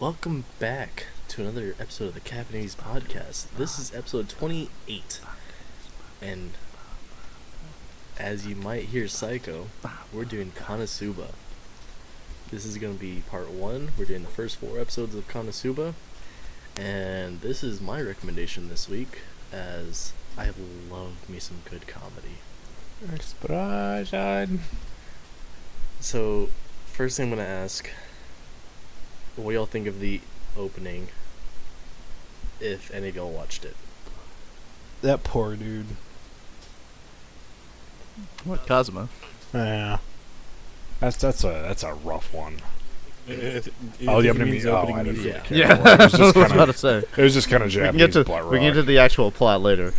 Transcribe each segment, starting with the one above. Welcome back to another episode of the Capanese Podcast. This is episode 28. And as you might hear Psycho, we're doing Konosuba. This is going to be part one. We're doing the first four episodes of Konosuba. And this is my recommendation this week, as I love me some good comedy. Explosion. So, first thing I'm going to ask what do y'all think of the opening? If any of y'all watched it. That poor dude. What Cosmo? Yeah. That's that's a that's a rough one. oh, the the opening opening, mu- oh, I music. Yeah. didn't- Yeah, well, it was just I was kinda- about to say. It was just kind of We can Japanese get to butt rock. we can get to the actual plot later.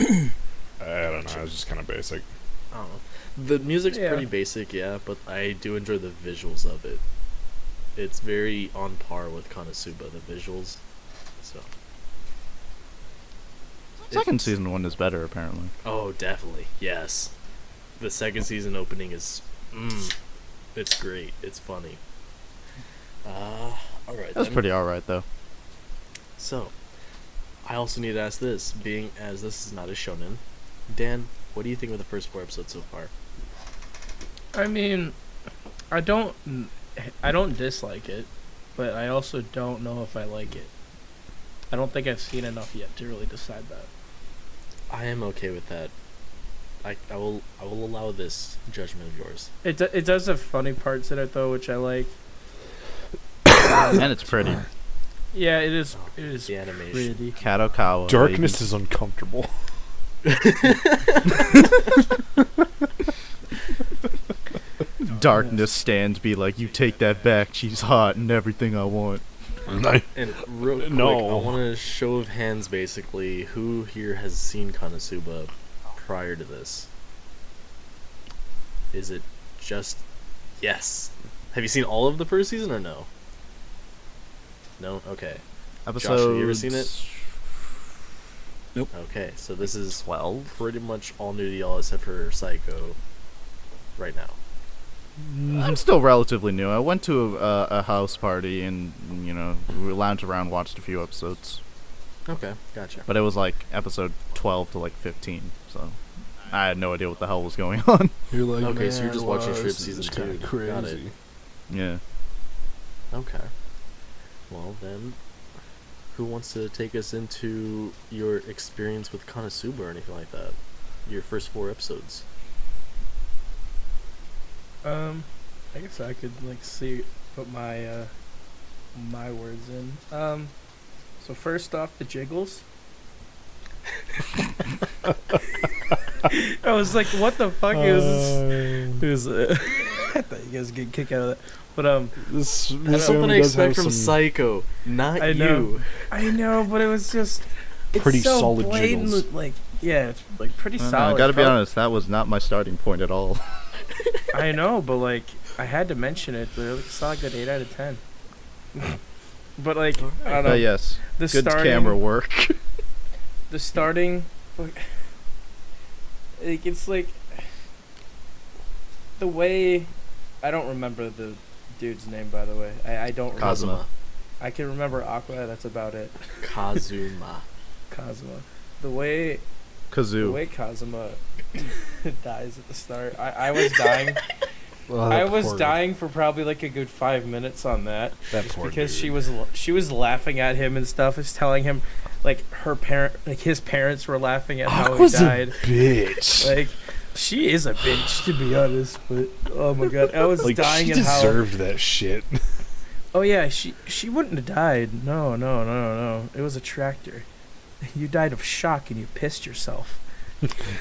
I don't know. It was just kind of basic. I don't know. The music's Yeah. pretty basic, yeah, but I do enjoy the visuals of it. It's very on par with Konosuba, the visuals. So, Second It's- season one is better apparently. oh, definitely, yes. The second season opening is, mm, it's great. It's funny. Uh, all right. That was then. pretty all right though. So, I also need to ask this, being as this is not a shonen. Dan, what do you think of the first four episodes so far? I mean, I don't, I don't dislike it, but I also don't know if I like it. I don't think I've seen enough yet to really decide that. I am okay with that. I, I will I will allow this judgment of yours. It do, it does have funny parts in it though, which I like. and it's pretty. Yeah, it is. It is The animation. pretty. Kadokawa. Darkness is uncomfortable. baby. Darkness stands be like, you take that back, she's hot and everything I want. And real quick, No. I want a show of hands basically who here has seen Konosuba prior to this? Is it just yes. Have you seen all of the first season or no? No? Okay. Episode have you ever seen it? Nope. Okay, so this is Twelve? pretty much all new to y'all except for Psycho right now. Mm, I'm still relatively new. I went to a, a house party and, you know, we lounged around, watched a few episodes. Okay, gotcha. But it was like episode 12 to like 15, so I had no idea what the hell was going on. You're like, Okay, so you're "Man, just watching wow, Strip this is Season kinda 2. Got it. crazy." yeah. Okay. Well, then, who wants to take us into your experience with Konosuba or anything like that? Your first four episodes. Um, I guess I could like see put my uh my words in. Um, so first off, the jiggles. I was like, what the fuck is? It was. Uh, I thought you guys would get a kick out of that, but um, this That's this something anime I does expect have from some Psycho, not I know. you. I know, but it was just it's Pretty so solid blatant, jiggles. Like, yeah, it's like pretty I don't know, solid. I gotta be Prob- honest, that was not my starting point at all. I know, but like, I had to mention it. But it's not like an eight out of ten. but like, I don't know. But yes, The Oh, good starting, camera work. The starting, like, like, it's like the way. I don't remember the dude's name, by the way. I, I don't. Remember. Cosmo. Kazuma. I can remember Aqua. That's about it. Kazuma. Cosmo. The way the Kazoo. way Kazuma dies at the start, I, I was dying. Oh, that I was poor- dying for probably like a good five minutes on that that poor because dude. she was l- she was laughing at him and stuff. Is telling him like her parent, like his parents were laughing at how he Aqua's a died. bitch. Like she is a bitch to be honest, but oh my god, I was Like, dying she at how. deserved that shit. Oh yeah, she she wouldn't have died. No, no, no, no. It was a tractor. You died of shock and you pissed yourself.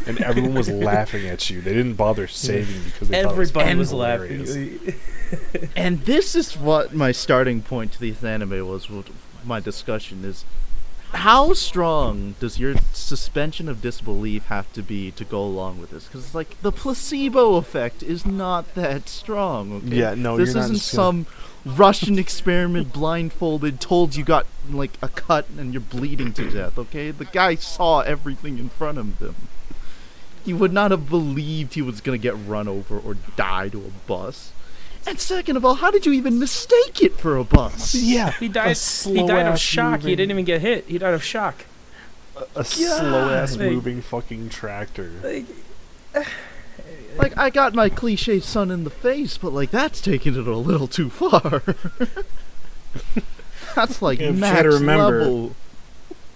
and everyone was laughing at you. They didn't bother saving you because they thought Everybody it was, was fucking laughing. hilarious. And this is what my starting point to this anime was. what My discussion is how strong does your suspension of disbelief have to be to go along with this? Because like the placebo effect is not that strong. Okay? Yeah, no, this you're not isn't just gonna- some Russian experiment, blindfolded, told you got like a cut and you're bleeding to death. Okay, the guy saw everything in front of him. He would not have believed he was gonna get run over or die to a bus. And second of all, how did you even mistake it for a bus? Yeah, He a died. He slow died of ass shock. He moving- didn't even get hit. He died of shock. a, a slow ass Like- moving fucking tractor. Like, Like I got my cliche son in the face, but like that's taking it a little too far. that's like Yeah, try max to remember. level.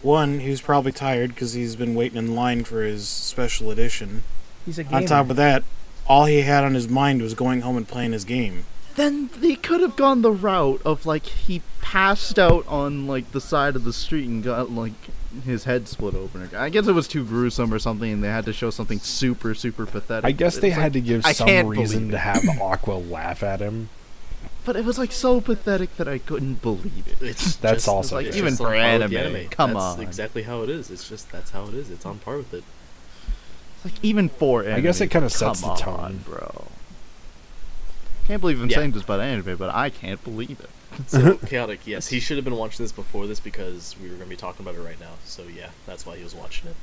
One, he was probably tired because he's been waiting in line for his special edition. he's a gamer. On top of that, all he had on his mind was going home and playing his game. Then they could have gone the route of like he passed out on like the side of the street and got like his head split open. I guess it was too gruesome or something, and they had to show something super super pathetic. I guess It they was, had to give I can't some believe reason it. to have Aqua laugh at him. like- but it was like so pathetic that I couldn't believe it. It's That's just- awesome. it's Like, just even on for par with the anime, come that's on. exactly how it is. It's just that's how it is. It's on par with it. It's like even for anime, I guess it kinda come sets the on, tone. bro. Can't believe I'm Yeah. saying this about anime, but I can't believe it. So Uh-huh. chaotic. Yes, he should have been watching this before this because we were going to be talking about it right now. So yeah, that's why he was watching it.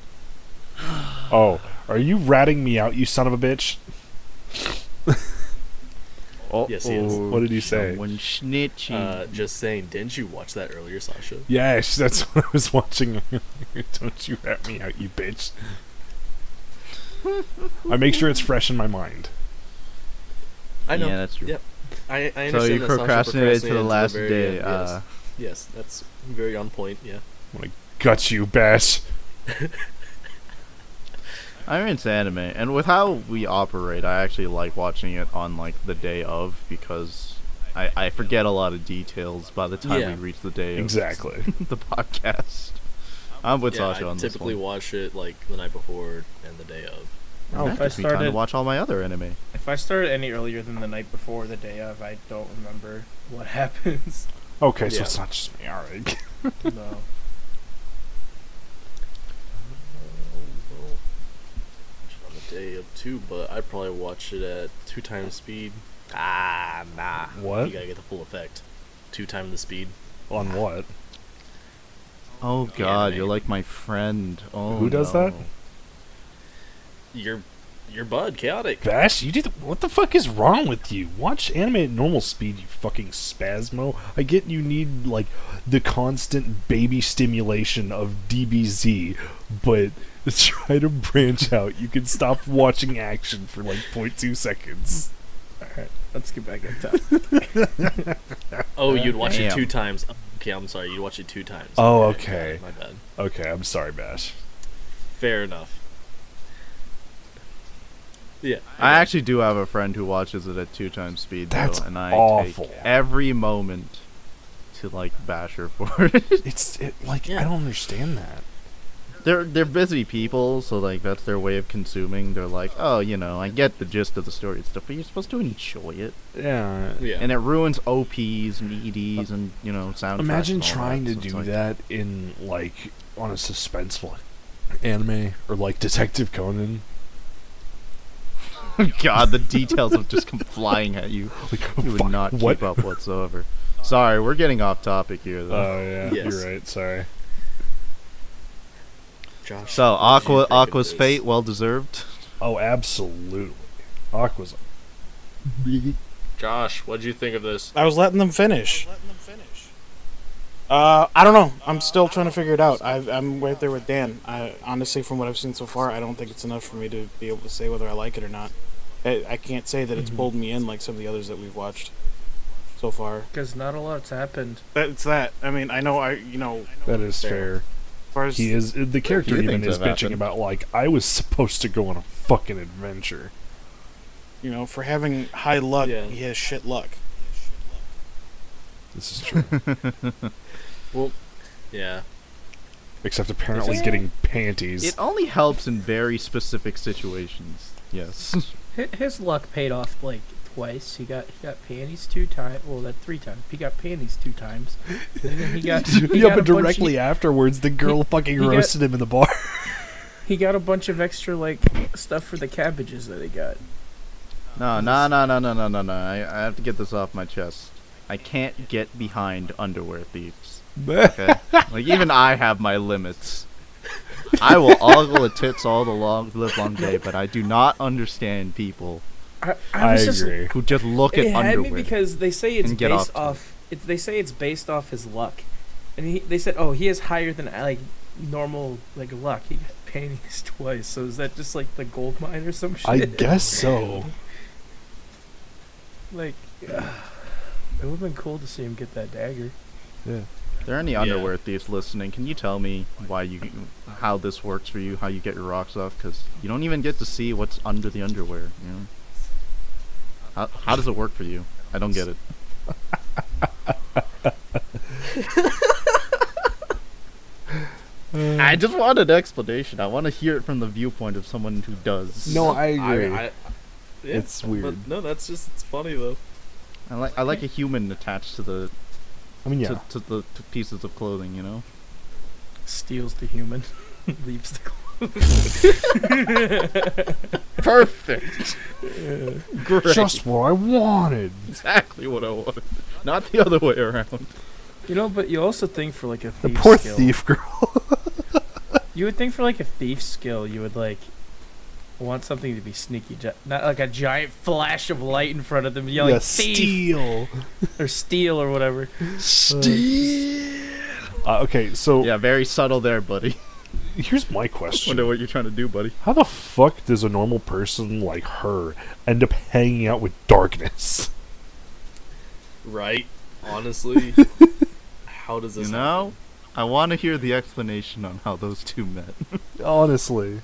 Oh, are you ratting me out, you son of a bitch? Oh, Yes, he is. What did he say? Someone snitching. Uh, just saying, didn't you watch that earlier, Sasha? Yes, that's what I was watching. Don't you rat me out, you bitch. I make sure it's fresh in my mind. I know. Yeah, that's true. Yep. I, I understand so you that Sasha procrastinated to the until last very day. end, Uh, yes. yes, that's very on point. Yeah. Got you, bash. I'm into anime, and with how we operate, I actually like watching it on like the day of because I, I forget a lot of details by the time Yeah. we reach the day of Exactly. the podcast. I'm with yeah, Sasha I on this typically one. watch it like the night before and the day of. Oh, if that I gives me time to started- watch all my other anime. If I started any earlier than the night before or the day of, I don't remember what happens. Okay, Yeah. so it's not just me. All right. no. Uh, Well, on the day of two, but I probably watch it at two times speed. Ah, nah. What? You gotta get the full effect. Two times the speed. On what? Oh God, anime. you're like my friend. Oh, Who does no. that? Your your bud, chaotic. Bash, you did. What the fuck is wrong with you? Watch anime at normal speed, you fucking spasmo. I get you need like the constant baby stimulation of DBZ, but try to branch out. You can stop watching action for like 0.2 seconds. Let's get back on top. Oh, you'd watch it Damn. two times. Okay, I'm sorry. You'd watch it two times. Oh, okay. My bad. Okay, I'm sorry, Bash. Fair enough. Yeah. I actually do have a friend who watches it at two times speed, though, That's and I awful. take every moment to like bash her for it. It's it, like Yeah. I don't understand that. they're they're busy people, so like that's their way of consuming. They're like, oh, you know, I get the gist of the story and stuff, but you're supposed to enjoy it, Yeah. Yeah. and it ruins ops and eds and you know soundtracks. Imagine and all trying that, to so it's do that like- in like on a suspenseful anime or like Detective Conan. God, the details of just come flying at you. Like, You fuck, would not what? keep up whatsoever. Sorry, we're getting off topic here, though. Oh yeah, Yes. you're right. Sorry. Josh, So what did you Aqua think of Aqua's this? fate well deserved. Oh, absolutely. Aqua's. Josh, what did you think of this? I was letting them finish. Uh, I don't know. I'm still trying to figure it out. I've, I'm right there with Dan. I, honestly, from what I've seen so far, I don't think it's enough for me to be able to say whether I like it or not. I, I can't say that it's pulled me in like some of the others that we've watched so far. Because not a lot's happened. That's that. I mean, I know. I you know, That is Fair. fair. as far as He is uh, the character few even things is have bitching happened. about like I was supposed to go on a fucking adventure. you know, for having high luck, Yeah. he has shit luck. This is true. Yeah. Except apparently Yeah. getting panties. It only helps in very specific situations. Yes. Hi- His luck paid off like twice. He got he got panties two times. Well, that three times. He got panties two times. And then he got he yeah, got a but bunch of- directly afterwards, the girl fucking he got- roasted him in the bar. he got a bunch of extra like stuff for the cabbages that he got. No, no, no, no, no, no, no, no. I, I have to get this off my chest. I can't get behind underwear thieves. Okay? like even I have my limits. I will ogle the tits all the long live long day, but I do not understand people I, I, was just- agree. Who just look it at had underwear? me because they say it's and get based off to it. off. It, they say it's based off his luck, and he, they said, "Oh, he is higher than like normal like luck. He got panties twice. So is that just like the gold mine or some shit? I guess so. like, it would have been cool to see him get that dagger. If there are any Yeah. underwear thieves listening, can you tell me why you, how this works for you, how you get your rocks off? Because you don't even get to see what's under the underwear. You know? How how does it work for you? I don't get it. I just want an explanation. I want to hear it from the viewpoint of someone who does. No, I agree. I, I, yeah, It's weird. But no, that's just it's funny though. I like I like a human attached to the I mean, yeah. to, to the to pieces of clothing. You know. Steals the human, leaves the gold. Perfect. Great. Just what I wanted. exactly what I wanted. Not the other way around. You know, but you also think for like a The thief poor skill. thief girl. You would think for like a thief skill, you would like want something to be sneaky, gi- not like a giant flash of light in front of them yelling yeah, "thief" steal. or "steal" or whatever. Uh, okay, so Yeah, very subtle there, buddy. here's my question. Wonder what you're trying to do, buddy. How the fuck does a normal person like her end up hanging out with darkness? Right? Honestly, how does You this? know, I want to hear the explanation on how those two met. Honestly,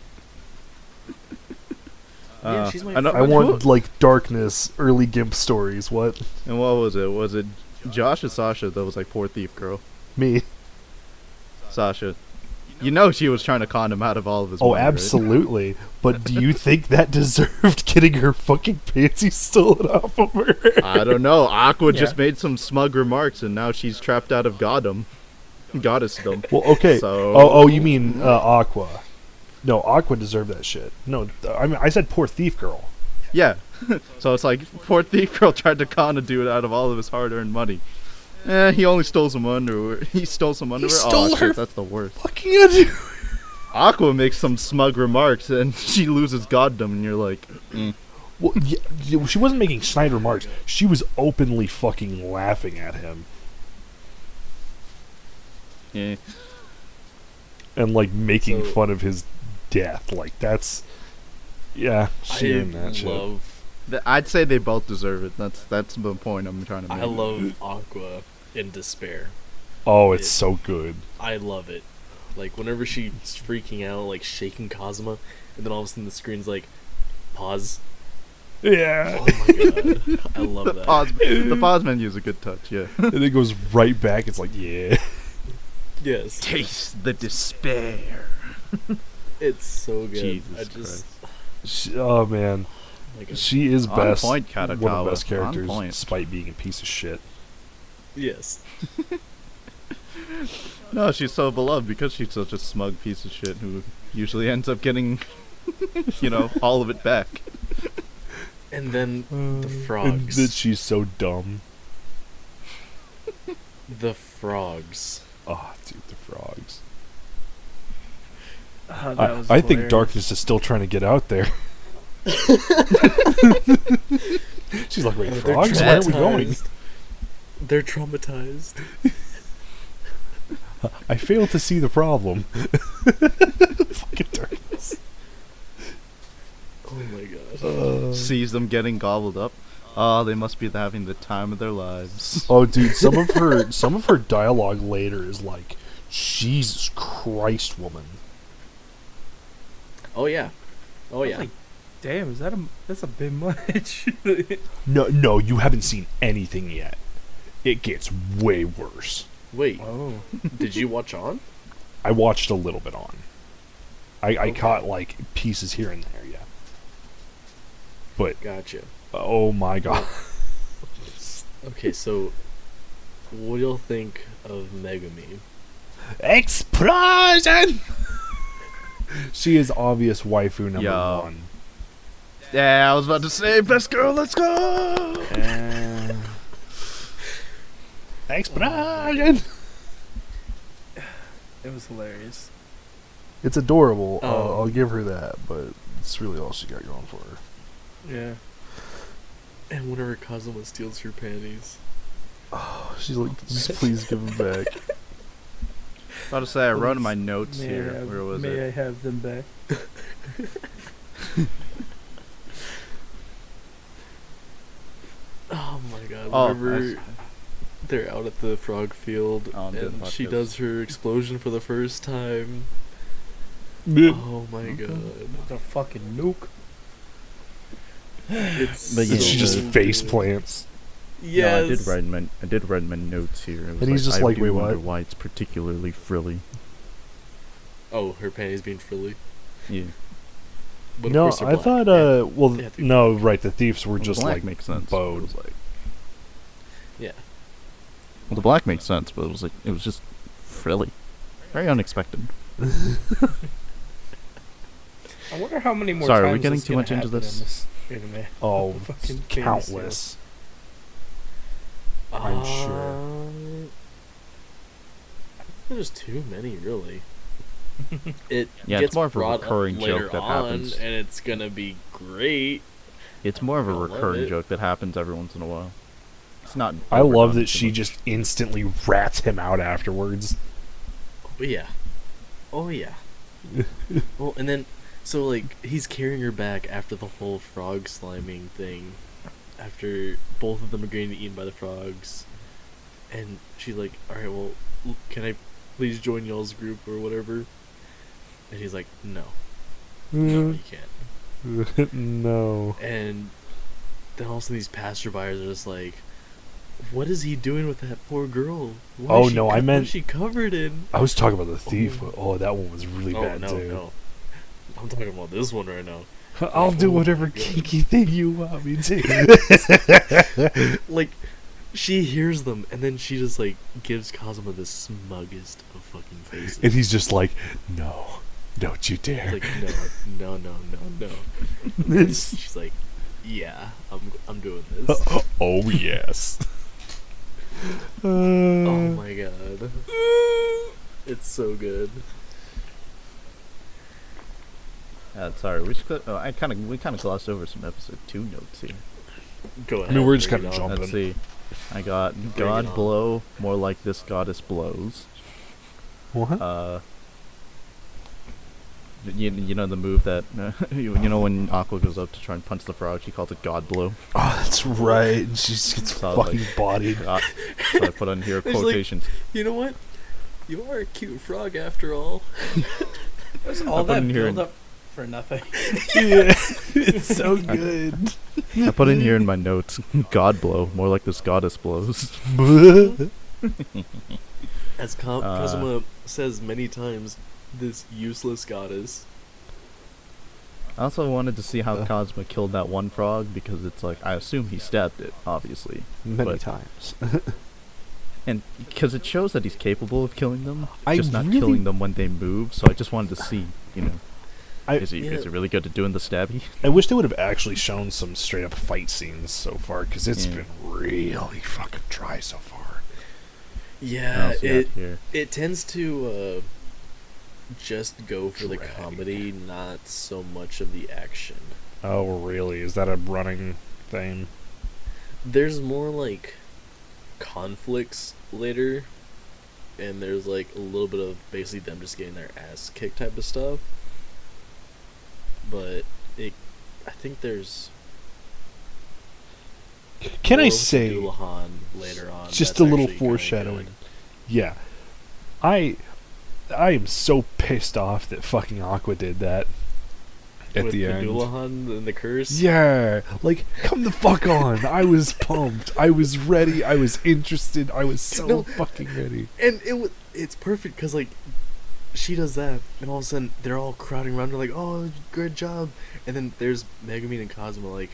happen? Yeah, she's my Uh, I know- I But want who- like darkness early gimp stories. What And what was it? Was it Josh or Sasha that was like poor thief girl? me? Sasha. You know she was trying to con him out of all of his Oh, money, right? absolutely. But do you think that deserved getting her fucking panties stolen off of her? I don't know. Aqua just Yeah. made some smug remarks, and now she's trapped out of goddom, goddessdom. Well, okay. So- Mhm. Oh, oh, you mean uh, Aqua? No, Aqua deserved that shit. No, th- I mean I said poor thief girl. Yeah. so it's like poor thief girl tried to con a dude out of all of his hard-earned money. Eh, he only stole some underwear. He stole some underwear. stole oh, her- shit, that's the worst. Fucking under- Aqua makes some smug remarks, and she loses goddom, and you're like, Well, yeah, yeah, she wasn't making snide remarks. She was openly fucking laughing at him eh. and like making So- fun of his death. Like that's yeah, she I in that shit. love Th- I'd say they both deserve it. That's that's the point I'm trying to make. I love Aqua in despair. Oh, it's it. so good. I love it. Like whenever she's freaking out, like shaking Cosma, and then all of a sudden the screen's like, pause. Yeah, Oh my god, I love the that. pause. the pause menu is a good touch. Yeah. and it goes right back. It's like yeah, Yes, Taste the despair. it's so good. Jesus I just, she, oh man, oh my God. she is On best. point, one of Katakawa. the best On characters, point. despite being a piece of shit. yes, No, she's so beloved because she's such a smug piece of shit who usually ends up getting, you know, all of it back. and then Mm. the And frogs, that she's so dumb. the frogs. Oh, dude, the frogs. Oh, that I, was I think hilarious. darkness is still trying to get out there. She's like, wait, Oh, they're frogs? Where are we going? traumatized. They're traumatized. I fail to see the problem. Fucking darkness. Oh my god. Uh. Sees them getting gobbled up. Oh, they must be having the time of their lives. Oh, dude, some of her some of her dialogue later is like, Jesus Christ, woman. Oh yeah. Oh I'm yeah. like, Damn, is that a that's a bit much? No, no, you haven't seen anything yet. It gets way worse. Wait, oh, did you watch on? I watched a little bit on. I, I Okay. caught like pieces here and there, yeah. But Gotcha. oh my god. Okay, so what do y'all think of Megami? Explosion! she is obvious waifu number Yeah. one. Yeah, I was about to say, best girl, let's go. Explosion! it was hilarious. It's adorable. I'll- Oh. I'll give her that, but it's really all she got going for her. Yeah, And whenever Kazuma steals her panties, Oh, she's like, just please give them back. About to say, I wrote in my notes May I here. have- Where was may it? I have them back? oh my god! Oh, Whenever that's- they're out at the frog field Oh, I'm doing and she podcast. does her explosion for the first time, oh my god! The fucking nuke. It's But yeah, and so she just good. face plants. Yes. No, I did write my I did write my notes here. It was And he's just I like, do "Wait, wonder what?" Why it's particularly frilly? Oh, her panties being frilly. Yeah, But of no, course they're I black. thought. Yeah. uh Well, Yeah, dude. no, right. The thieves were Well, the just black like makes sense. It bowed. was like, Yeah. well, the black makes sense, but it was like it was just frilly, very unexpected. I wonder how many more Sorry, are we times getting this too gonna much into happen in this? anime. Oh, Fucking fantasy. countless. I'm sure. Uh, There's too many, really. It Yeah, it's gets more of a brought up recurring later joke that on, happens. and it's gonna be great. It's more of I a love it. recurring joke that happens every once in a while. It's not. I love overdone that too she much. just instantly rats him out afterwards. Oh yeah, oh yeah. well, and then so like he's carrying her back after the whole frog sliming thing, after both of them are getting eaten by the frogs, and she's like, "All right, well, l- can I please join y'all's group or whatever?" And he's like, "No, Mm. no, Mm. you can't." no. and then all of a sudden these passerbyers are just like, "What is he doing with that poor girl? What Oh, is she no, I what is meant- she covered in." I was talking about the thief, but oh, that one was really Oh bad no, too. no, I'm talking about this one right now. I'll do Oh my whatever God. kinky thing you want me to. Like, she hears them, and then she just like gives Cosmo the smuggest of fucking faces. and he's just like, no, don't you dare. like, no, no, no, no, no. And It's- she's like, "Yeah, I'm, I'm doing this." oh yes. Oh Uh, my god. mm. It's so good. Uh, sorry, we just, cl- oh, I kind of we kind of glossed over some episode two notes here. Go ahead. mean, we're just bring kinda it on. jumping. Let's see. I got it God on. blow, more like this goddess blows. what? Uh, you, you know the move that you, you know when Aqua goes up to try and punch the frog, she calls it God blow. Oh, that's right. and She just gets Sounds fucking like- bodied. Uh, so I put on here There's like- quotations. You know what? You are a cute frog after all. There's all put that in here- build up for nothing. yeah, it's so good. I put in here in my notes, God blow, more like this goddess blows. As Ka- Uh, Kazuma says many times, this useless goddess. I also wanted to see how Uh. Cosma killed that one frog because it's like I assume he stabbed it, obviously, Many But- times. and because it shows that he's capable of killing them, I just not really- killing them when they move. So I just wanted to see, you know, I- is he is Yeah. he really good at doing the stabby? I wish they would have actually shown some straight up fight scenes so far because it's Yeah. been really fucking dry so far. Yeah, What else you got Uh, it here? it tends to uh, just go for the Drag. comedy, not so much of the action. Oh, really? Is that a running thing? There's more like conflicts later, and there's like a little bit of basically them just getting their ass kicked type of stuff. But it, I think there's Can I Or with say? Dulahan later on? just that's a little actually kinda foreshadowing. good. Yeah, I I am so pissed off that fucking Aqua did that at With the, end. Dulahan and the curse. Yeah, like come the fuck on! I was pumped. I was ready. I was interested. I was so No. fucking ready. and it wa- it's perfect because like she does that, and all of a sudden they're all crowding around her like, "Oh, good job!" And then there's Megumin and Cosmo like,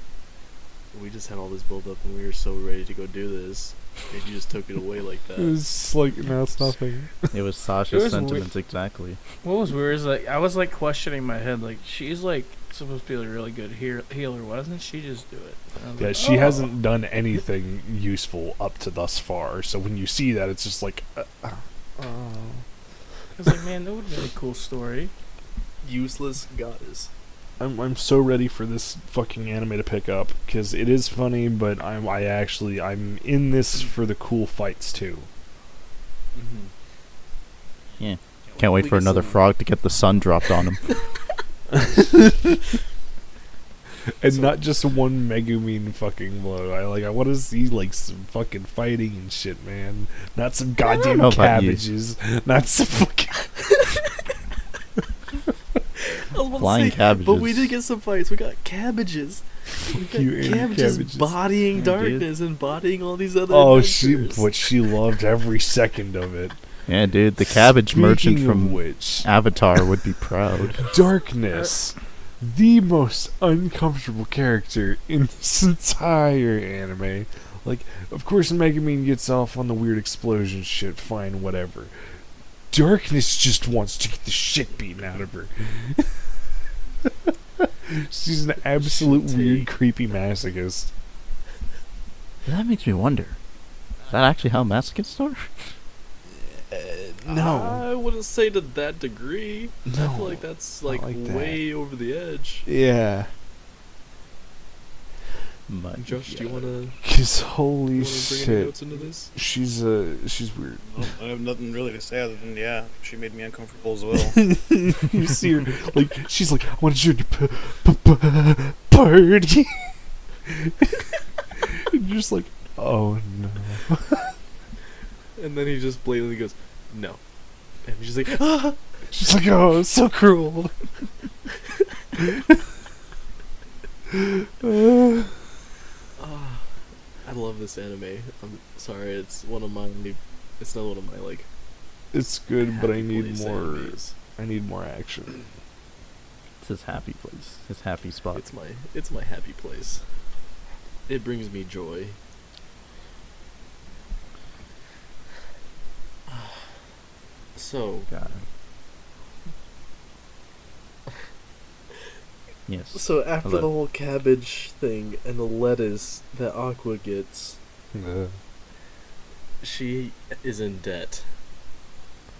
"We just had all this build up, and we were so ready to go do this, and you just took it away like It that." was like no, it's nothing. It was Sasha's was weird. sentiments exactly. What was weird is like I was like questioning in my head like she's like supposed to be a really good heal- healer. Why doesn't she just do it? And I was Yeah, like, she "Oh." hasn't done anything useful up to thus far. So when you see that, it's just like, uh, uh, I was like, man, that would be a cool story. Useless goddess. I'm I'm so ready for this fucking anime to pick up because it is funny, but I'm I actually I'm in this for the cool fights too. Mm-hmm. Can't wait for another frog to get the sun dropped on him. and not just one Megumin fucking blow. I like. I want to see like some fucking fighting and shit, man. Not some goddamn know about you. cabbages. Not some fucking. Flying cabbages. But we did get some fights. We got cabbages. We got you, Andy, cabbages, cabbages. bodying Yeah, dude. darkness and bodying all these other. Oh, she adventures. but she loved every second of it. Yeah, dude, the cabbage merchant Speaking of from which Avatar would be proud. darkness, the most uncomfortable character in this entire anime. Like, of course, Megumin gets off on the weird explosion shit. Fine, whatever. Darkness just wants to get the shit beaten out of her. She's an absolute weird, creepy masochist. That makes me wonder. Is that actually how masochists are? No, I wouldn't say to that degree. Ah, I feel like that's not like, like that. way over the edge. yeah. My Josh, do you God. want to Cause holy bring any shit, notes into this? she's uh, she's weird. Well, I have nothing really to say other than yeah, she made me uncomfortable as well. you see her like she's like I want you to p- p- p- party. and you're just like, oh no. And then he just blatantly goes, "No," and she's like, "Ah!" She's like, oh, it's so cruel. Ah, I love this anime. I'm sorry, it's one of my. It's not one of my like. It's good, but I happy need place more. animes. I need more action. It's his happy place. His happy spot. It's my. It's my happy place. It brings me joy. So God. Yes. So after Hello. the whole cabbage thing and the lettuce that Aqua gets, Uh, she is in debt.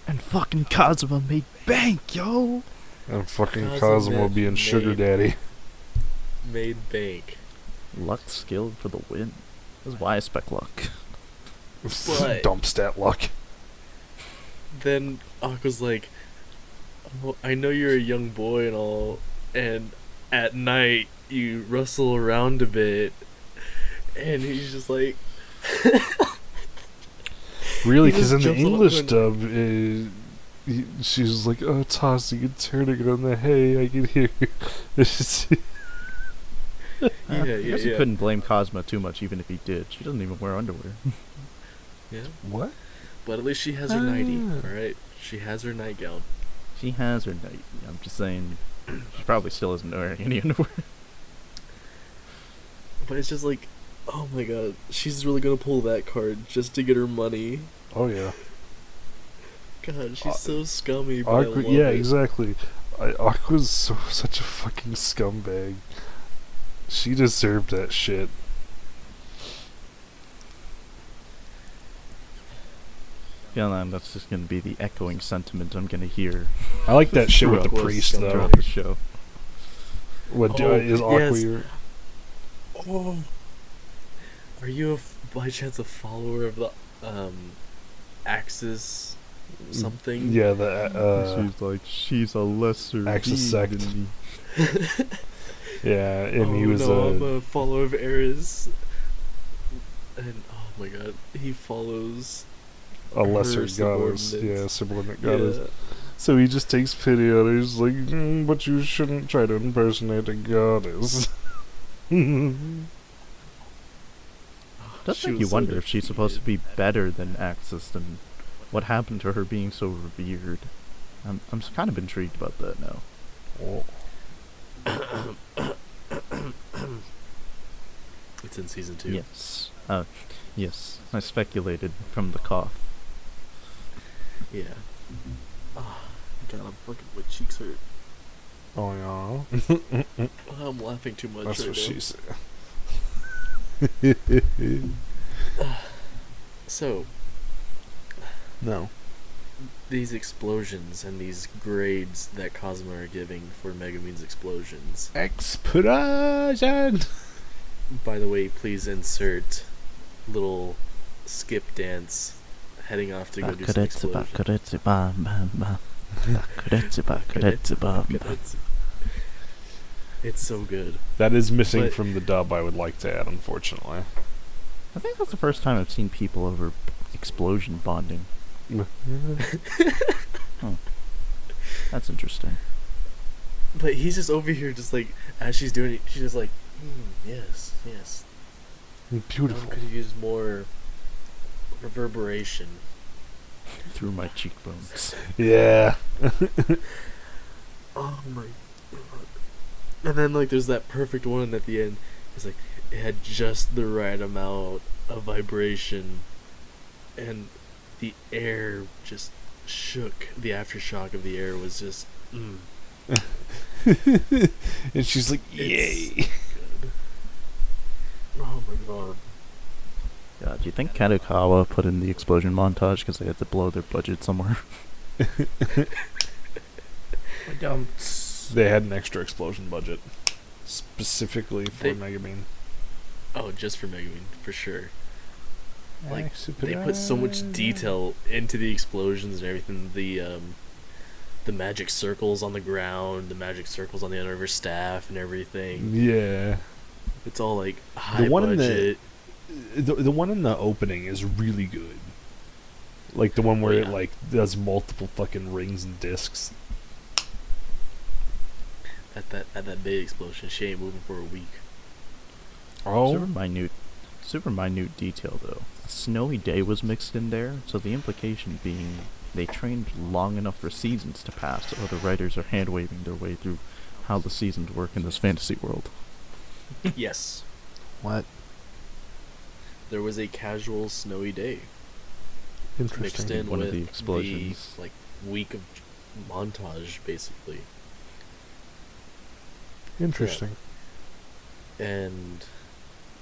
And fucking Kazuma made bank, yo! and fucking Cosmo Cosmo Bitch being sugar made- daddy. Made bank. Luck skill for the win. That's why I spec luck. But- Dump stat luck. Then Aqua's like, well, I know you're a young boy and all, and at night you rustle around a bit. And he's just like, Really, He because just in the jumps on up English and- dub, uh, he, she was like, "Oh, tossing and turning on the hay, I can hear." you." It's- Yeah, Uh, yeah, I guess you yeah. couldn't blame Cosmo too much, even if he did. She doesn't even wear underwear. yeah. what? But at least she has her nightie, Ah. alright? She has her nightgown. She has her night. I'm just saying, she probably still isn't wearing any underwear. But it's just like, oh my god, she's really gonna pull that card just to get her money. Oh yeah, God, she's Uh, so scummy. But I Aqua. love Yeah, it. exactly. I, Aqua's so such a fucking scumbag. She deserved that shit. Yeah, no, that's just gonna be the echoing sentiment I'm gonna hear I like that shit with the Aqua's priest though. throughout the show. What do- uh, Oh, is Aqua? yes. Your, Oh, are you a f by chance a follower of the um, Axis something? Mm, yeah, the uh, she's like, she's a lesser Axis being sect. than me. yeah, and oh, he was no, uh, I'm a follower of Eris. And oh my god, he follows. a her lesser goddess. subordinates. Yeah, subordinate goddess. Yeah. So he just takes pity on her. He's like, mm, but you shouldn't try to impersonate a goddess. yeah, Does She make you was so wonder if she's supposed to defeated. be better than Axis and what happened to her being so revered? I'm I'm s- kind of intrigued about that now. Oh, It's in season two. Yes. Uh, yes. I speculated from the cough. Yeah. Oh, god, I'm fucking. My cheeks hurt. Oh yeah, I'm laughing too much. that's right what now. she said. So, No. these explosions and these grades that Cosmo are giving for Megumin's explosions. Explosion. By the way, please insert little skip dance heading off to go do some explosions. It's, it's so good. That is missing But- from the dub. I would like to add, unfortunately. I think that's the first time I've seen people over explosion bonding. That's interesting. But he's just over here, just like as she's doing it, she's just like, "Hmm, yes, yes. One Beautiful. could use more reverberation. Through my cheekbones. Yeah. Oh my god. And then like there's that perfect one at the end. It's like it had just the right amount of vibration and the air just shook. The aftershock of the air was just mm, And she's like, It's- "Yay!" good. Oh my god. God, do you think Kadokawa put in the explosion montage because they had to blow their budget somewhere? Like, um, They had an extra explosion budget specifically for They- Mega Bean. Oh, just for Megumin, for sure. Like, They put so much detail into the explosions and everything. The um, the magic circles on the ground, the magic circles on the end of her staff, and everything. Yeah. It's all like high one in the- budget. the the one in the opening is really good. Like the one where it Yeah. like does multiple fucking rings and discs. At that at that big explosion, she ain't moving for a week. Oh, Super minute, super minute detail though. Snowy Day was mixed in there, so the implication being they trained long enough for seasons to pass, so the writers are hand waving their way through how the seasons work in this fantasy world. yes, what? there was a casual snowy day mixed Interesting. in One of with the explosions. the like week of montage basically. Interesting. and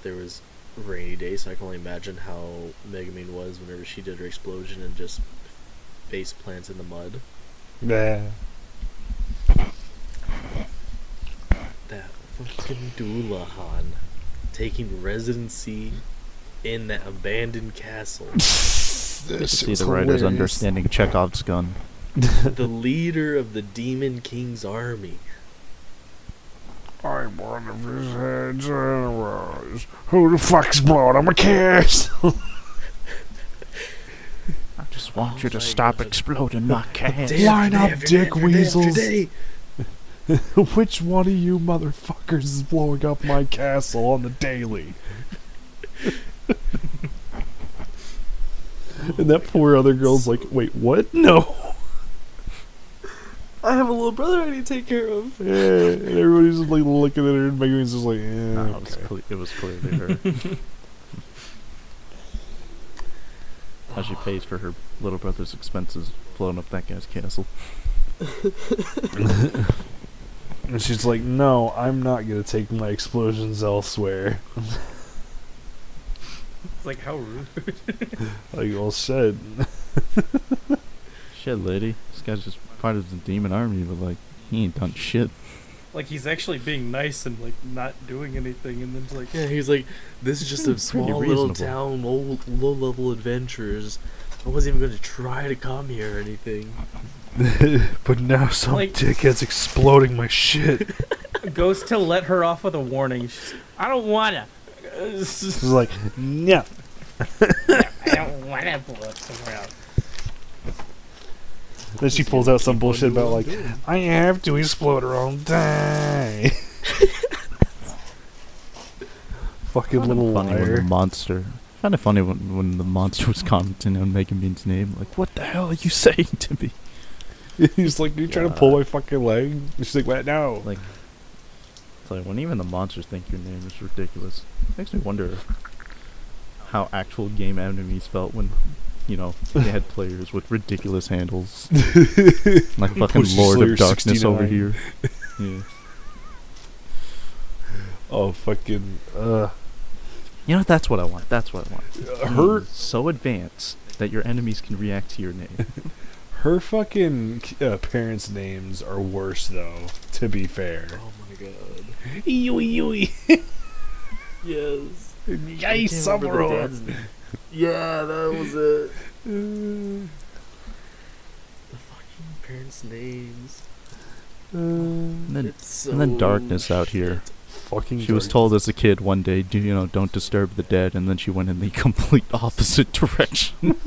there was rainy day, so I can only imagine how Megamine was whenever she did her explosion and just face plants in the mud. Yeah. That fucking Doulahan taking residency in that abandoned castle. this Good to see the writers understanding Chekhov's gun. the leader of the Demon King's army. I'm one of his head generals. Who the fuck's blowing on my castle? I just want you to stop exploding my cans. Line up, dick weasels. Today. Which one of you motherfuckers is blowing up my castle on the daily? and that poor other girl's like, wait, what? No. I have a little brother I need to take care of. Yeah, and everybody's just like looking at her, and Megumin's just like, eh, yeah, it, Ah, was Ah, okay. cle- it was clearly her. How she pays for her little brother's expenses blowing up that guy's castle. And she's like, no, I'm not gonna take my explosions elsewhere. it's like how rude. Like, well, said. Shit, lady. This guy's just part of the demon army, but like, he ain't done shit. Like he's actually being nice and like not doing anything, and then it's like Yeah, he's like, this is just a pretty small little reasonable. town, low, low level adventurers. I wasn't even going to try to come here or anything. but now some Like- dickhead's exploding my shit. goes to let her off with a warning. She's, I don't wanna. She's like, no. I don't wanna blow up somewhere else. Then she pulls out Keep some on bullshit about doing like, what I'm doing. I have to explode or I'll die. Fucking Found it little funny when the liar. monster. Kind of funny when, when the monster was commenting on Megan Bean's name. Like, what the hell are you saying to me? He's like, you trying to pull my fucking leg? And she's like, what? No. Like, it's like when even the monsters think your name is ridiculous. makes me wonder how actual game enemies felt when, you know, they had players with ridiculous handles. like fucking Pussy Lord Slayer of Darkness 69. over here. Yeah. oh fucking. Uh, You know, that's what I want. That's what I want. her So advanced that your enemies can react to your name. Her fucking uh, parents' names are worse though. To be fair, Oh my god. Yui Yui, Yes. Yai Saburo. Yeah, that was it. Uh, The fucking parents' names. uh, And then, It's so and then darkness out here. fucking. She was dark. told as a kid one day, do you know, don't disturb the dead, and then she went in the complete opposite direction.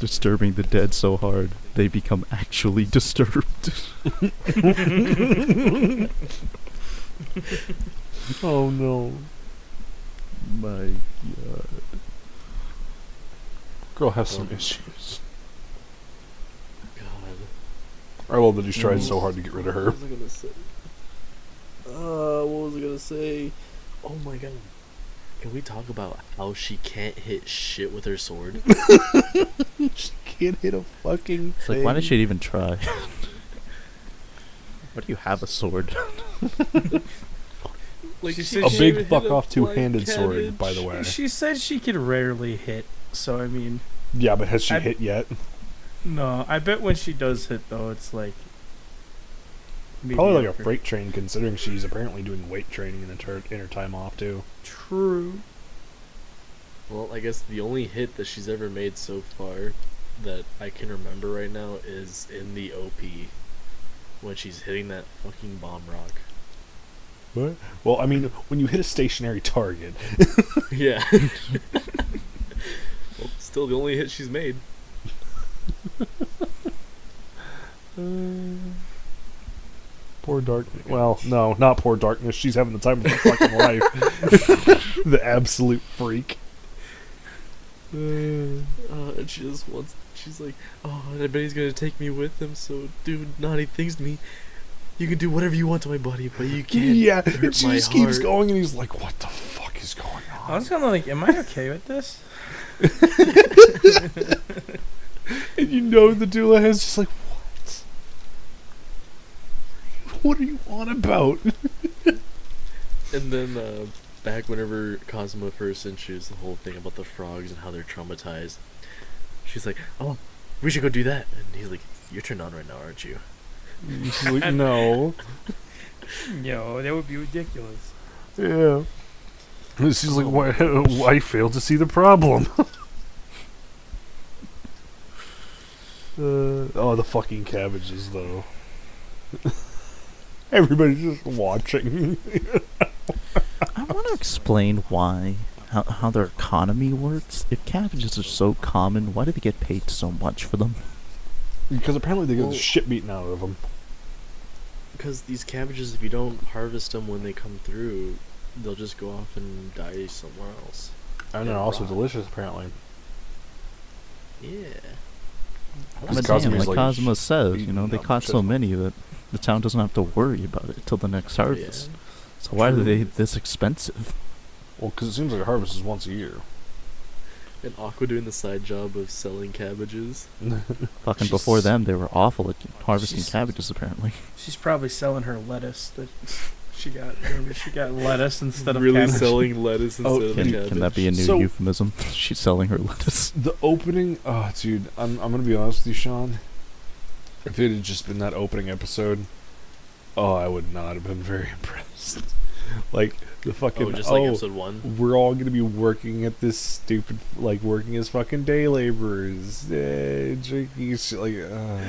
Disturbing the dead so hard, they become actually disturbed. Oh no. My god. Girl has some issues. God. I love that he's trying so hard to get rid of her. What was I gonna say? Uh, what was I gonna say? Oh my god. Can we talk about how she can't hit shit with her sword? She can't hit a fucking. It's like, why did she even try? why do you have a sword? Like She she, said A said she, big hit fuck a off two handed flying sword, by the way. she said she could rarely hit. So I mean, Yeah, but has she I- hit yet? no. I bet when she does hit though, it's like Probably like a mediocre. freight train, considering she's apparently doing weight training in, the tur in her time off too. True. well, I guess the only hit that she's ever made so far that I can remember right now is in the OP when she's hitting that fucking bomb rock. What? Well, I mean, when you hit a stationary target, yeah. well, still the only hit she's made. poor Oh darkness. Well, no, not poor darkness. She's having the time of her fucking life. the absolute freak. Uh, Uh, and she just wants. She's like, oh, and I bet he's gonna take me with him. So, dude, naughty things to me. You can do whatever you want to my body, but you can't. yeah, hurt and she my just keeps heart. going, and he's like, "What the fuck is going on?" I was kind of like, am I okay with this? And you know the doula has just like, what? What are you on about? And then uh, back whenever Cosmo first introduced the whole thing about the frogs and how they're traumatized, she's like, oh, we should go do that. And he's like, you're turned on right now, aren't you? She's like, no. Yo, that would be ridiculous. Yeah. And she's like, why, I fail to see the problem. uh, oh, the fucking cabbages, though. Everybody's just watching. I want to explain why, how, how their economy works. If cabbages are so common, why do they get paid so much for them? because apparently they get Well- the shit beaten out of them. Because these cabbages, if you don't harvest them when they come through, they'll just go off and die somewhere else. And they're Yeah, also right. delicious, apparently. Yeah. But damn, Cosmo's like like, Cosmo says, you eating know, they them, caught so just- many that the town doesn't have to worry about it till the next harvest. Yeah. So why are True. they this expensive? Well, because it seems like harvest is once a year. And Aqua doing the side job of selling cabbages. Fucking She's- before them, they were awful at harvesting she's- cabbages, apparently. She's probably selling her lettuce that she got. Remember, she got lettuce instead of really cabbage. selling lettuce instead Oh, of Can, cabbage. can that be a new So- euphemism? She's selling her lettuce. The opening, oh, dude, I'm I'm gonna be honest with you, Sean. If it had just been that opening episode, oh, I would not have been very impressed. like the fucking Oh, oh, just like episode one. we're all gonna be working at this stupid, like working as fucking day laborers, eh, drinking shit. Like, uh,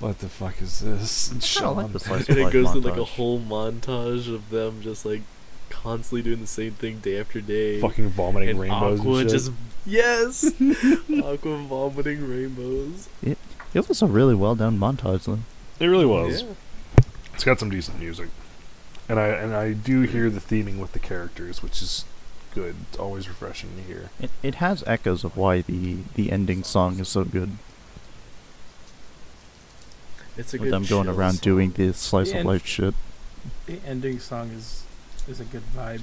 what the fuck is this, I Sean? don't like the slice of And it life goes through like a montage. whole montage of them just like constantly doing the same thing day after day. fucking vomiting and rainbows Aqua and shit. just yes, Aqua vomiting rainbows. It was a really well done montage, though. it really was. Yeah. It's got some decent music, and I and I do hear the theming with the characters, which is good. It's always refreshing to hear. It, it has echoes of why the, the ending song is so good. It's a With good. them going chill around song. doing the slice Yeah, of and- life shit. The ending song is is a good vibe.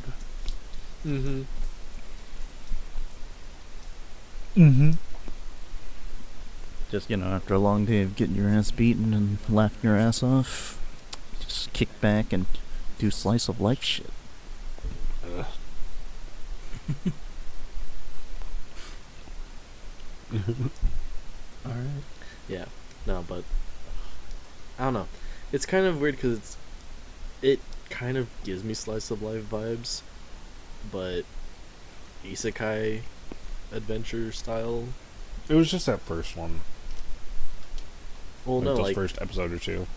Mm-hmm. Mm-hmm. Just, you know, after a long day of getting your ass beaten and laughing your ass off, just kick back and do slice of life shit. All right. Yeah, no, but I don't know. It's kind of weird because it's it kind of gives me slice of life vibes, but isekai adventure style. It was just that first one. Well, like no, those like first episode or two.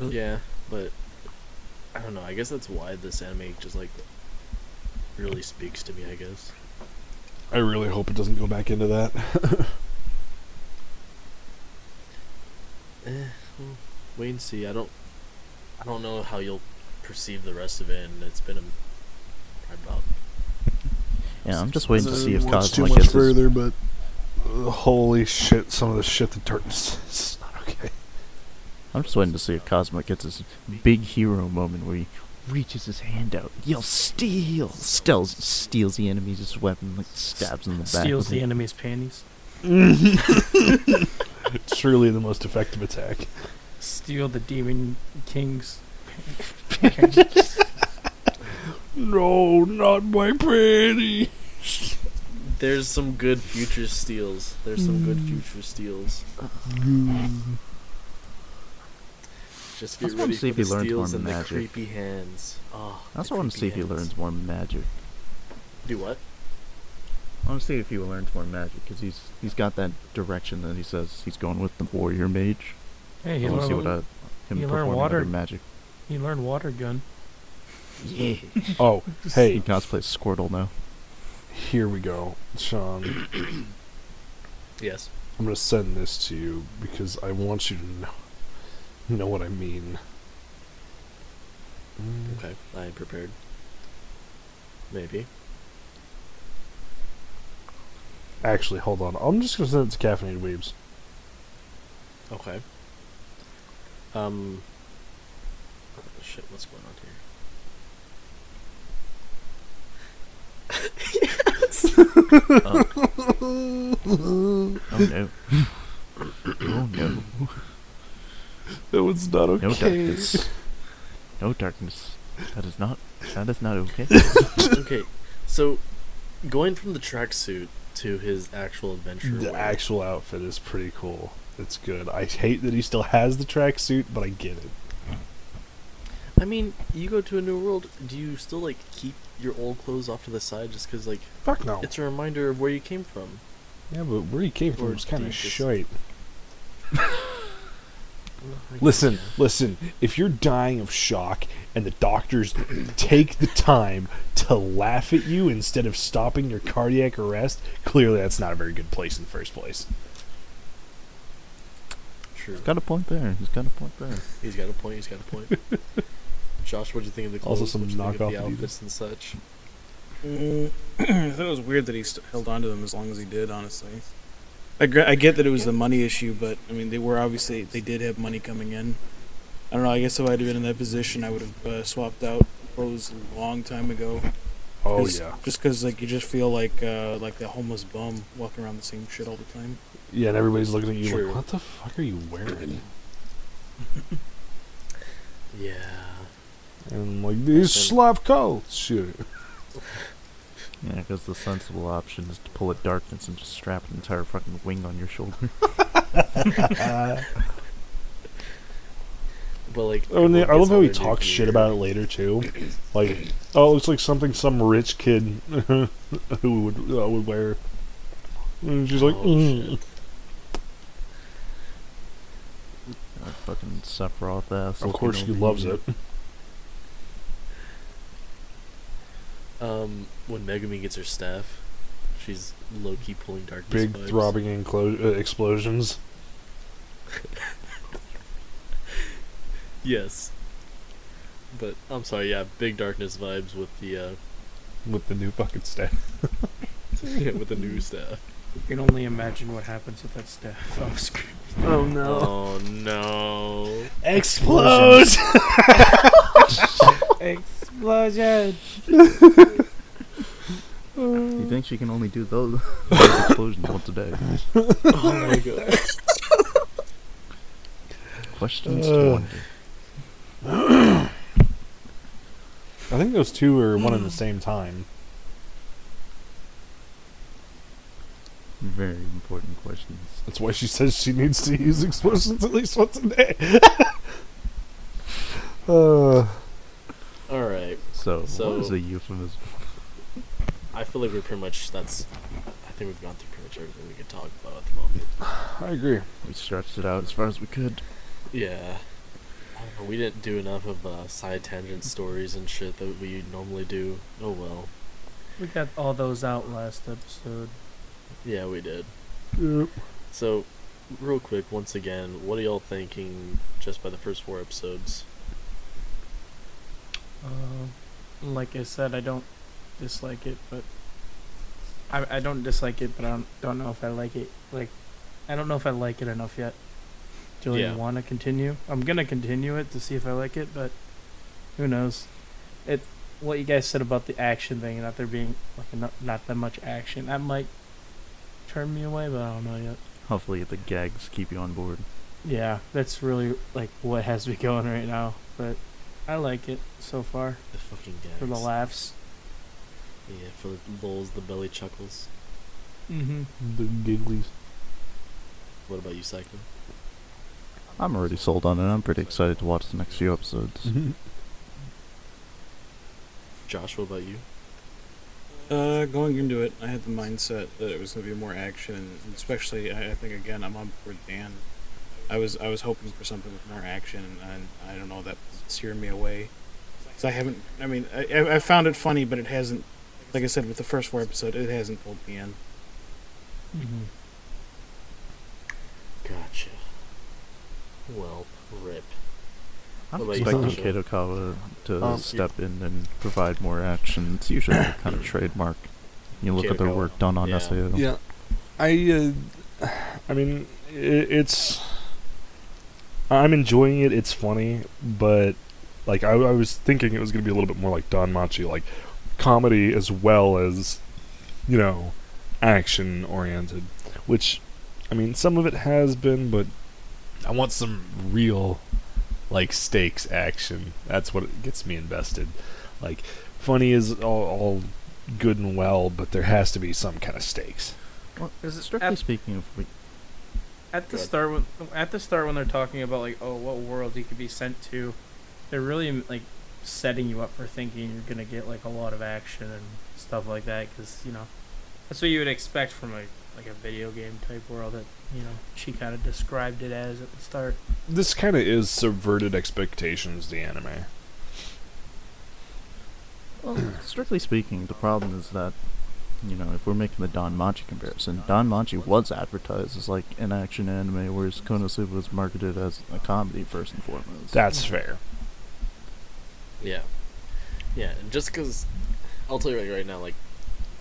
yeah, but I don't know. I guess that's why this anime just like really speaks to me. I guess. I really hope it doesn't go back into that. Eh, well, wait and see. I don't. I don't know how you'll perceive the rest of it, and it's been a, about Yeah, I'm just waiting to see if Watch too Cosmo much gets his further, but uh, holy shit, some of the shit that Darkness is not okay. I'm just waiting to see if Cosmic gets his big hero moment where he reaches his hand out, yells "Steal!" steals steals the enemy's weapon, like stabs him in the back. Steals with the it. enemy's panties. Truly the most effective attack. Steal the demon king's. No, not my pretty. There's some good future steals. There's some good future steals. Just I get just wanna ready see for if the he learns more steals and the magic. creepy hands. Oh, I also the want to see if creepy he hands. learns more magic. Do what? I want to see if he learns more magic because he's he's got that direction that he says he's going with the warrior mage. Hey, I he want to see what learned, I, him he learned performing water. other magic. he learned water gun. Yeah. Oh, He hey, cosplays Squirtle now. here we go, Sean. Yes. I'm gonna send this to you because I want you to know, know what I mean. Mm, Okay. I am prepared. Maybe. Actually, hold on. I'm just gonna send it to Caffeinated Weebs. Okay. Um. Shit. What's going on here? Oh no! oh no! That was not okay. No darkness. No darkness. That is not. That is not okay. okay. So, going from the tracksuit to his actual adventure. The wear. actual outfit is pretty cool. It's good. I hate that he still has the tracksuit, but I get it. I mean, you go to a new world. Do you still like keep your old clothes off to the side just because like Fuck no. it's a reminder of where you came from? yeah, but where he came Or from is kind do you of just- shite. Listen, listen. If you're dying of shock and the doctors take the time to laugh at you instead of stopping your cardiac arrest, clearly that's not a very good place in the first place. True. Got a point there. He's got a point there. He's got a point. He's got a point. Josh, what do you think of the clothes? Also some What'd you think of the knockoff Adidas. outfits and such? Mm, I thought it was weird that he st- held on to them as long as he did. Honestly, I, gr- I get that it was the money issue, but I mean, they were obviously they did have money coming in. I don't know. I guess if I'd have been in that position, I would have uh, swapped out clothes a long time ago. Oh Just- yeah, just because like you just feel like uh, like the homeless bum walking around the same shit all the time. yeah. And everybody's looking at you True. like, "What the fuck are you wearing?" Yeah. And I'm like, "These Slavko shit." Yeah, because the sensible option is to pull at darkness and just strap an entire fucking wing on your shoulder. But like. Oh, and they- I everyone gets love how all he their talks new shit gear. about it later too. Like, oh, it looks like something some rich kid who would uh, would wear. And she's like, Oh, "Mm." That fucking Sephiroth ass. of looking course she over loves you. it. Um, when Megumi gets her staff, she's low key pulling darkness. Big vibes. throbbing enclo- uh, explosions. Yes. But I'm sorry. Yeah, big darkness vibes with the uh, With the new fucking staff. with the new staff. You can only imagine what happens with that staff. Oh, screw. Oh no! Oh no. Explode! Explosion. You think she can only do those those explosions once a day? Oh my god. Questions Uh. to wonder. I think those two are one and the same time. Very important questions. That's why she says she needs to use explosives at least once a day. uh, All right. So, So- what is a euphemism? I feel like we're pretty much that's. I think we've gone through pretty much everything we could talk about at the moment. I agree. We stretched it out as far as we could. Yeah. I don't know, We didn't do enough of uh, side tangent stories and shit that we normally do. Oh well. We got all those out last episode. Yeah, we did. Yep. So, real quick, once again, what are y'all thinking just by the first four episodes? Um, like I said, I don't dislike it, but I I don't dislike it, but I don't, don't know if I like it. Like, I don't know if I like it enough yet. Do Yeah. I want to continue? I'm gonna continue it to see if I like it, but who knows? It what you guys said about the action thing, not there being like not, not that much action. That might turn me away, but I don't know yet. Hopefully, the gags keep you on board. Yeah, that's really like what has me going right now. But I like it so far The fucking gags. for the laughs. Yeah, for the lulls, the belly chuckles. Mm-hmm. The gigglies. What about you, Psycho? I'm already sold on it. I'm pretty excited to watch the next few episodes. Mm-hmm. Josh, what about you? Uh, going into it, I had the mindset that it was going to be more action, and especially I, I think again I'm on board with Dan. I was I was hoping for something with more action, and I don't know that steered me away. So I haven't. I mean, I- I, I found it funny, but it hasn't. Like I said, with the first four episodes, it hasn't pulled me in. Mm-hmm. Gotcha. Well, rip. I'm What about you, expecting Sasha? Kadokawa to Um, step in and provide more action. It's usually their kind of trademark. You look at their Kadokawa. work done on Yeah. SAO. Yeah, I. Uh, I mean, i it's. I'm enjoying it. It's funny, but like I, I was thinking, it was going to be a little bit more like Don Machi, like comedy as well as, you know, action oriented. Which, I mean, some of it has been, but I want some real, like stakes action. That's what gets me invested. Like, funny is all, all good and well, but there has to be some kind of stakes. Well, Is it strictly ab- speaking of we- At the Good. start, when at the start when they're talking about like, oh, what world you could be sent to, they're really like setting you up for thinking you're gonna get like a lot of action and stuff like that, because you know that's what you would expect from like like a video game type world that you know she kind of described it as at the start. this kind of is subverted expectations. The anime. well, strictly speaking, the problem is that you know if we're making the Don Machi comparison, Don Machi was advertised as like an action anime, whereas Konosuba was marketed as a comedy first and foremost. That's fair. Yeah. Yeah, and just because, I'll tell you right, right now, like,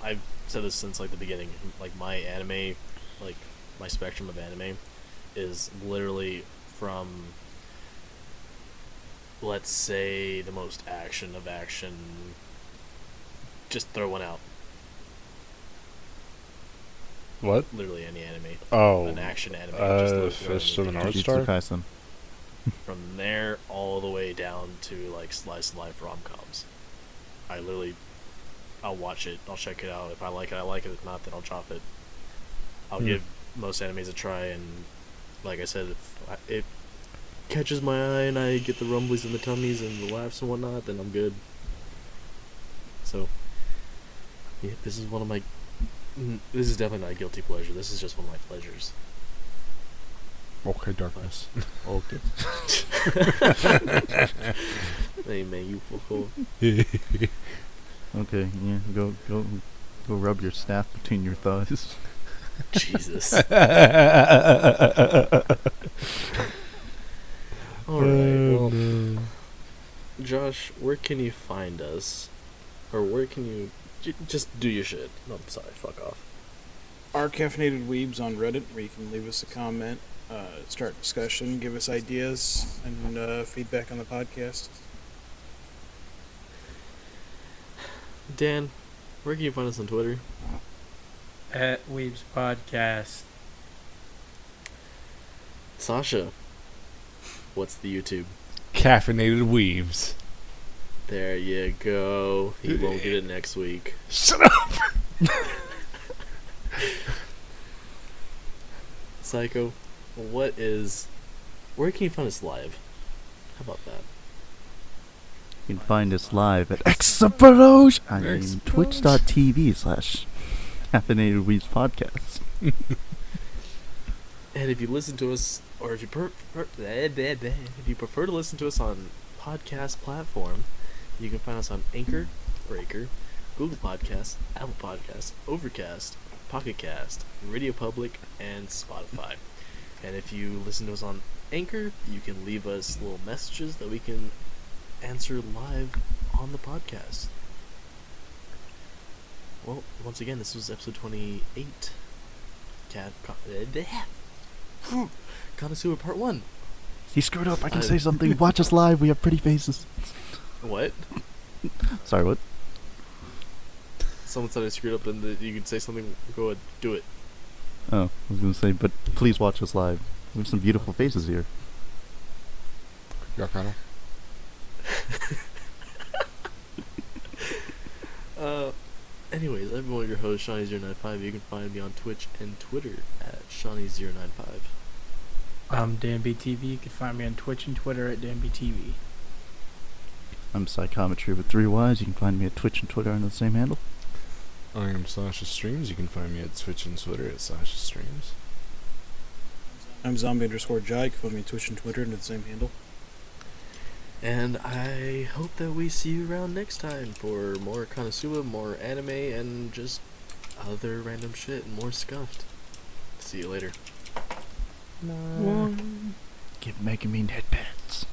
I've said this since, like, the beginning. Like, my anime, like, my spectrum of anime is literally from, let's say, the most action of action. Just throw one out. What? Literally any anime. Oh, An action anime. just uh, literally throw Fist of the anything. North Jujutsu Star. Kaisen. From there all the way down to, like, slice of life rom coms. I literally I'll watch it. I'll check it out. If I like it, I like it. If not, then I'll drop it. I'll Hmm. give most animes a try, and like I said, if I, it catches my eye and I get the rumblies and the tummies and the laughs and whatnot, then I'm good. So, yeah, this is one of my. n- This is definitely not a guilty pleasure. This is just one of my pleasures. Okay, darkness. Okay. Hey man, you fucko. Okay. Yeah. Go. Go. Go. Rub your staff between your thighs. Jesus. All right. Um, Oh, well, Josh, where can you find us? Or where can you j- just do your shit? No, I'm sorry. Fuck off. Our caffeinated weebs on Reddit, where you can leave us a comment, uh, start discussion, give us ideas and uh, feedback on the podcast. Dan, where can you find us on Twitter? At Weeb's podcast, Sasha, what's the YouTube? Caffeinated weaves. There you go. He won't get it next week. Shut up. Psycho, what is. Where can you find us live? How about that? You can find us live at Exaproge on Exaproge. twitch.tv slash Caffeinated Weeds Podcast. And if you listen to us, or if you per- per- eh, eh, eh, if you prefer to listen to us on podcast platform, you can find us on Anchor, Breaker, Google Podcasts, Apple Podcasts, Overcast, Pocket Cast, Radio Public, and Spotify. And if you listen to us on Anchor, you can leave us little messages that we can answer live on the podcast. Well, once again, this was episode 28. Cat. Co- eh, bleh. Connoisseur Part 1. He screwed up. I can Uh, say something. Watch us live. We have pretty faces. What? Sorry, what? Someone said I screwed up and that you could say something. Go ahead, do it. Oh, I was going to say, but please watch us live. We have some beautiful faces here. Your Honor. Uh, anyways, I've been one of your hosts, Shawnee095. You can find me on Twitch and Twitter at Shawnee095. I'm DanBTV. You can find me on Twitch and Twitter at DanBTV. I'm Psychometry with three Ys. You can find me at Twitch and Twitter under the same handle. I am Sasha Streams. You can find me at Twitch and Twitter at Sasha Streams. I'm zombie underscore jai. You can find me on Twitch and Twitter under the same handle. And I hope that we see you around next time for more Konosuba, more anime, and just other random shit and more scuffed. See you later. Give Mega mean headbands.